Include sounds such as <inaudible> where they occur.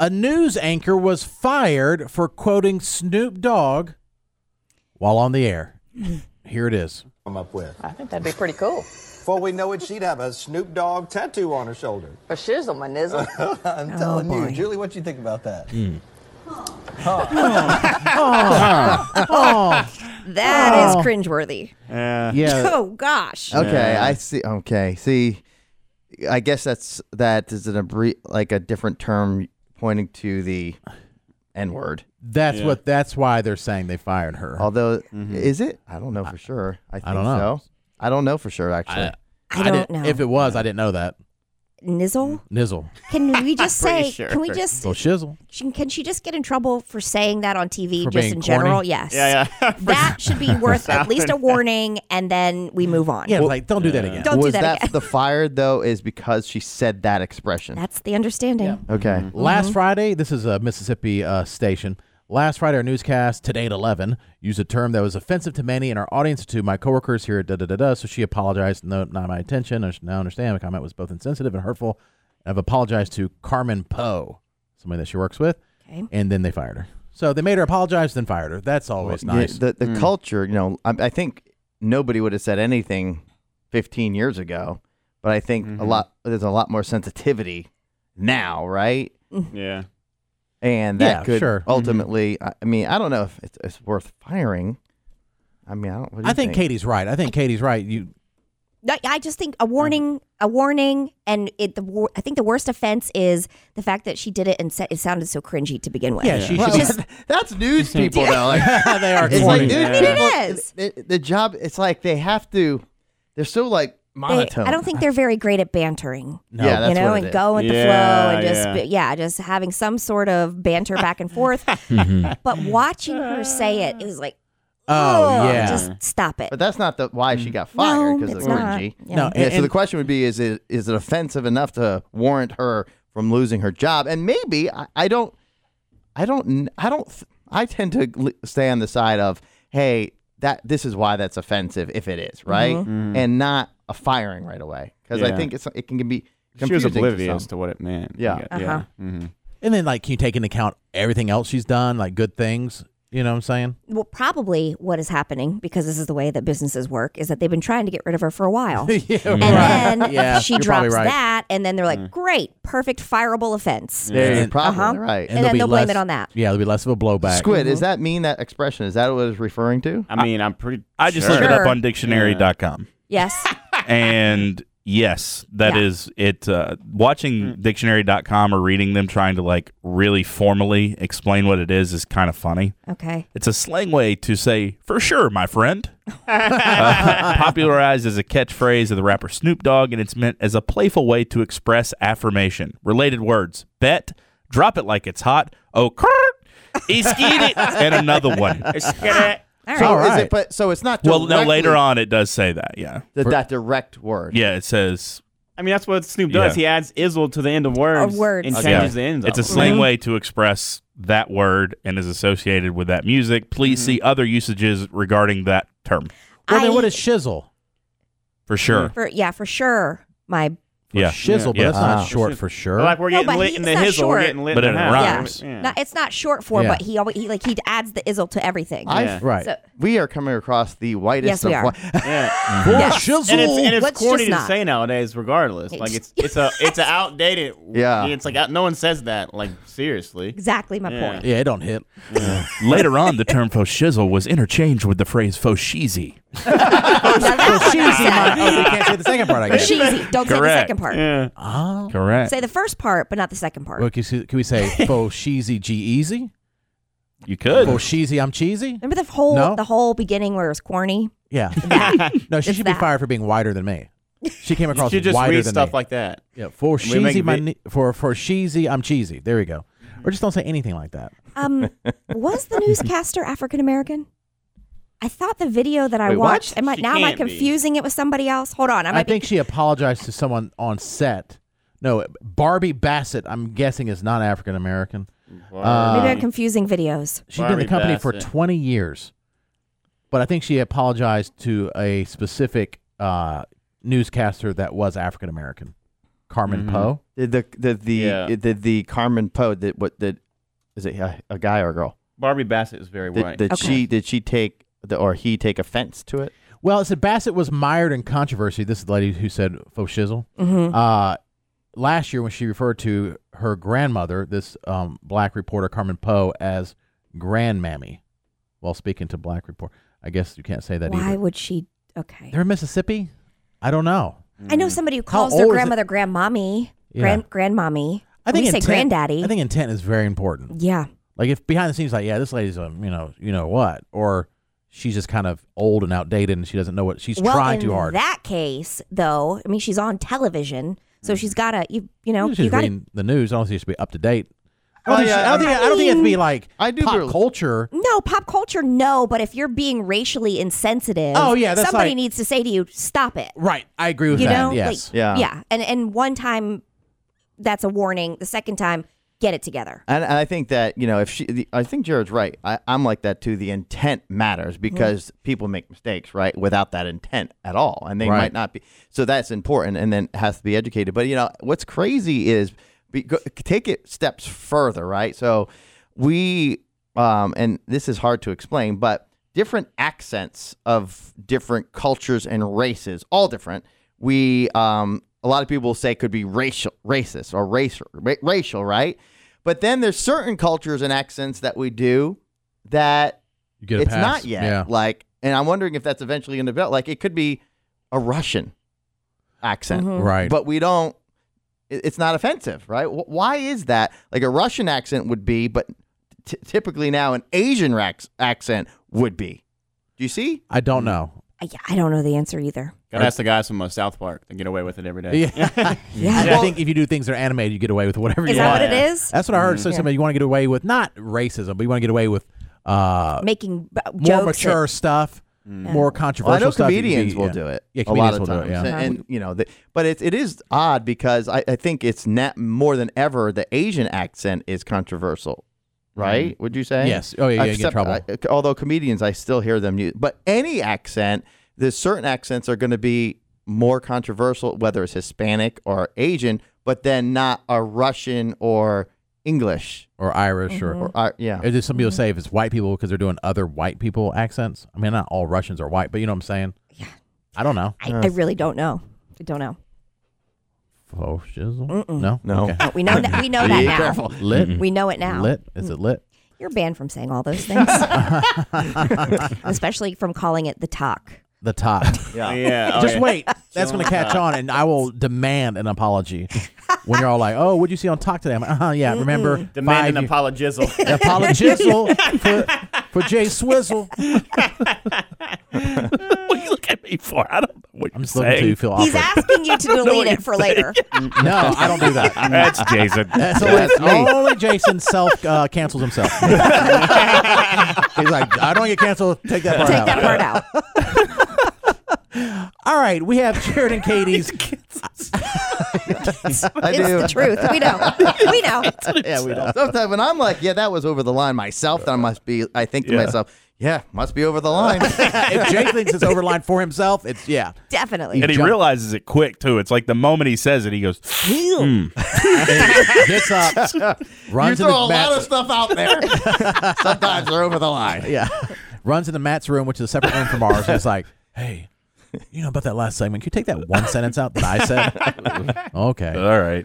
a news anchor was fired for quoting Snoop Dogg while on the <laughs> air. Here it is. come up with. I think that'd be pretty cool. Before we know it, she'd have a Snoop Dogg tattoo on her shoulder. A shizzle, my nizzle. I'm telling you, Julie, what you think about that? That is cringeworthy. <laughs> Yeah. Oh gosh. okay, I see. Okay, see, I guess that's that is an abbre- like a different term pointing to the N word. That's Yeah. what. That's why they're saying they fired her. Although, is it? I don't know for sure. I think don't know. so. I don't know for sure. Actually, I, I didn't- don't know. If it was, I didn't know that. Nizzle? Nizzle. Can we just pretty say? sure. Can we just? Little shizzle. She, can she just get in trouble for saying that on TV For just being in general? corny? Yes. Yeah, yeah. For that should be worth at least a sounding- warning, and then we move on. Yeah, like don't do that again. Don't do was that that again. the fired though? Is because she said that expression? That's the understanding. okay. Last Friday, this is a Mississippi uh, station. Last Friday, our newscast today at eleven used a term that was offensive to many in our audience and to my coworkers here at da da da da. So she apologized. No, not my intention. I should now understand. The comment was both insensitive and hurtful. I've apologized to Carmen Poe, somebody that she works with, Okay. and then they fired her. So they made her apologize, then fired her. That's always Yeah, nice. The the culture, you know, I, I think nobody would have said anything 15 years ago, but I think a lot there's a lot more sensitivity now, right? Yeah. And that Yeah, could sure. Mhm. ultimately, I, I mean, I don't know if it's, it's worth firing. I mean, I don't. What do I you think Katie's right. I think Katie's right. You No, I just think a warning, a warning, and it. The wor- I think the worst offense is the fact that she did it and sa- it sounded so cringy to begin with. Yeah, she Well, should just <laughs> that's news people though. Like, <laughs> they are it's like corny. news Yeah. I mean, it people, is. The, the job, it's like they have to. They're so like They- monotone. I don't think they're very great at bantering. No. Yeah, that's you know, what it and is. go with Yeah, the flow and just yeah. yeah. just having some sort of banter back and <laughs> forth. Mm-hmm. but watching her say it, it was like, Uh. Oh "Ugh, yeah. just stop it. But that's not the why Mm. she got fired no, because it's of not. cringy. Yeah. No, Yeah, and- so the and- question would be: Is it is it offensive enough to warrant her from losing her job? And maybe I, I don't, I don't, kn- I don't. th- I tend to gl- stay on the side of, hey, that this is why that's offensive if it is right, Mm-hmm. and not a firing right away because I Mm. Yeah. think it's it can be She was confusing to oblivious to, some. what it meant. Yeah. Yeah. Uh-huh. hmm And then, like, can you take into account everything else she's done, like good things? You know what I'm saying? <laughs> Well, probably what is happening because this is the way that businesses work is that they've been trying to get rid of her for <laughs> a while. yeah, And then Yeah, <laughs> she you're probably drops right. that, and then they're like, "Great, perfect, fireable offense." Mm. Yeah, you're And- probably Uh-huh. Mm-hmm. And right. then there'll be they'll blame less- it on that. Yeah, there'll be less of a blowback. Squid, does that mean that expression? Is that what it's referring to? I mean, I'm pretty. I just sure. looked it up Sure. on dictionary.com. Yes, <laughs> And <laughs> yes, that Yeah. Hmm. is it. Uh, watching dictionary.com or reading them trying to like really formally explain what it is is kind of funny. okay. It's a slang way to say, for sure, <laughs> my friend. Uh, popularized as a catchphrase of the rapper Snoop Dogg, and it's meant as a playful way to express affirmation. Related words bet, drop it like it's hot, oh, crrrt, <laughs> eskied it, and another one. All So right. is right. it? But so it's not. Well, no, directly later on it does say that, yeah. that, that direct word. Yeah, it says I mean, that's what Snoop does. Yeah. He adds "izzle" to the end of words, Of words. and Okay. changes the Mm-hmm. ends. It's a of them. slang Mm-hmm. way to express that word and is associated with that music. Please Mm-hmm. see other usages regarding that term. Well, then I- what is shizzle? For sure. for yeah, for sure. My For Yeah. shizzle, but Yeah. that's not Ah. short for sure. Like we're No, getting but lit he- in it's the not hizzle, we're short. getting lit But in it the house. rhymes. Yeah. No, it's not short for, Yeah. but he always he, like he adds the izzle to everything. I Yeah. right. So- We are coming across the whitest Yes, we of are. white. <laughs> <laughs> Yeah. Well, Yes. shizzle. And it's, and it's Let's corny just to not. say nowadays, regardless. Like it's it's a it's an outdated. Yeah. it's like out- no one says that. Like seriously. exactly my Yeah. point. yeah, it don't hit. <laughs> Later on, the term faux shizzle was interchanged with the phrase faux sheezy. Now that one I Cheesy, my- said. oh, you can't say the second part. I guess. Cheesy. Don't say the Correct. second part. Yeah. Oh. Correct. Say the first part, but not the second part. Well, can, you see- can we say <laughs> faux cheesy g easy? you could. Faux cheesy, I'm cheesy. Remember the whole No. the whole beginning where it was corny. Yeah. <laughs> no, she It's should be that. fired for being wider than me. She came You across should just wider read than stuff me. like that. yeah, for We make cheesy, my vi- Mm-hmm. ne- for for cheesy, I'm cheesy. There we go. Or just don't say anything like that. <laughs> Um, was the newscaster African American? I thought the video that I Wait, what? watched. Am I She now? Am I can't be. confusing it with somebody else? Hold on. I I might think she apologized to someone on set. No, Barbie Bassett, I'm guessing, is not African American. be, Uh, maybe I'm confusing videos. She's been in the Barbie company for Bassett. 20 years, but I think she apologized to a specific uh, newscaster that was African American. Carmen Mm-hmm. Poe. Did the the the Yeah. did the, Carmen Poe that what did is it a, a guy or a girl? Barbie Bassett is very Did, white. did Okay. she did she take the, or he take offense to it? Well, it said Bassett was mired in controversy. This is the lady who said faux shizzle. Uh, last year, when she referred to her grandmother, this um, black reporter, Carmen Poe, as grandmammy, while speaking to black report. I guess you can't say that Why either. would she? Okay. They're in Mississippi? I don't know. I know somebody who calls their old is it? grandmother grandmommy, Yeah. grand grandmommy. I think we say intent, granddaddy. I think intent is very important. yeah. Like if behind the scenes, like yeah, this lady's um, you know, you know what, or she's just kind of old and outdated, and she doesn't know what she's well, trying in too hard. that case, though, I mean, she's on television, so she's got to, you, you Mm. know, she's you got to. reading the news. I don't think she should be up to date. I Well, don't, think, she, yeah, I don't, think, I don't think it has to be like I do pop believe- culture. No, pop culture, no. But if you're being racially insensitive, Oh, yeah, that's somebody like- needs to say to you, "Stop it." Right, I agree with You that. know, yes, like, Yeah. yeah. And and one time, that's a warning. The second time, get it together. And, and I think that you know if she, the, I think Jared's right. I, I'm like that too. The intent matters because people make mistakes, right? Without that intent at all, and they Right. might not be. So that's important, and then has to be educated. But you know what's crazy is be, go, take it steps further, right? So we, um, and this is hard to explain, but different accents of different cultures and races, all different. We, um, a lot of people say could be racial, racist, or racial, ra- racial, right? But then there's certain cultures and accents that we do that you get a it's pass. not yet. Yeah. Like, and I'm wondering if that's eventually going to develop. Like, it could be a Russian accent, Mm-hmm. Mm-hmm. Right. but we don't. it- It's not offensive, right? Wh- Why is that? Like a Russian accent would be, but t- typically now an Asian rax- accent would be. Do you see? I don't know. I, I don't know the answer either. Gotta ask the guys from uh, South Park. They get away with it every day. Yeah. <laughs> And I think if you do things that are animated, you get away with whatever Is you that want. what it is? That's what I heard. So Mm-hmm. somebody you want to get away with not racism, but you want to get away with uh, Making b- jokes. more mature stuff, more controversial Mm-hmm. Well, I know stuff. You can comedians be- will yeah. do it. Yeah, a lot comedians of will times, do it. Yeah. and, and, you know, the, but it, it is odd because I, I think it's not more than ever the Asian accent is controversial, right? Would you say? Mm-hmm. Yes. Oh, yeah, yeah, you get in Except, trouble. I- although comedians, I still hear them use, but any accent, there's certain accents are going to be more controversial, whether it's Hispanic or Asian, but then not a Russian or English Or Irish or Mm-hmm. or uh, yeah. Or just some people say if it's white people because they're doing other white people accents. I mean, not all Russians are white, but you know what I'm saying? Yeah. I don't know. I, I really don't know. I don't know. Oh, shizzle? No? No. Okay. No, <laughs> we know that. We know that now. Lit? We know it now. Lit? Is it lit? You're banned from saying all those things, especially from calling it the talk. The top. <laughs> <laughs> Yeah. yeah. Oh, Just yeah. wait. That's going to catch on, and I will demand an <laughs> apology. when you're all like, oh, what'd you see on Talk today? I'm like, uh-huh, yeah, remember. Demand an five year- <laughs> apologizzle. an <laughs> apologizzle for, for Jay <laughs> Swizzle. What you look at me for? I don't know what I'm you're just looking to saying. you feel awkward. He's asking you to delete it for later. no, I don't do <laughs> that. That's Jason. <laughs> That's only, only Jason self uh, cancels <laughs> himself. He's like, I don't get canceled. Take that part Take out. that part out. All right, we have Jared and <laughs> Katie's. I It's do. the truth. We know. We know. <laughs> yeah, we don't. Sometimes when I'm like, yeah, that was over the line myself, then I must be, I think to myself, yeah, must be over the <laughs> line. uh, if Jay thinks it's overline for himself, it's yeah. Definitely. and he jump. realizes it quick too. It's like the moment he says it, he goes, Gets <laughs> up, you uh, runs throw into a lot of Matt's, stuff out there. <laughs> Sometimes they're over <laughs> the line. yeah, runs into Matt's room, which is a separate room from ours. And it's like, hey, you know about that last segment? Can you take that one sentence out that I said? okay. "All right."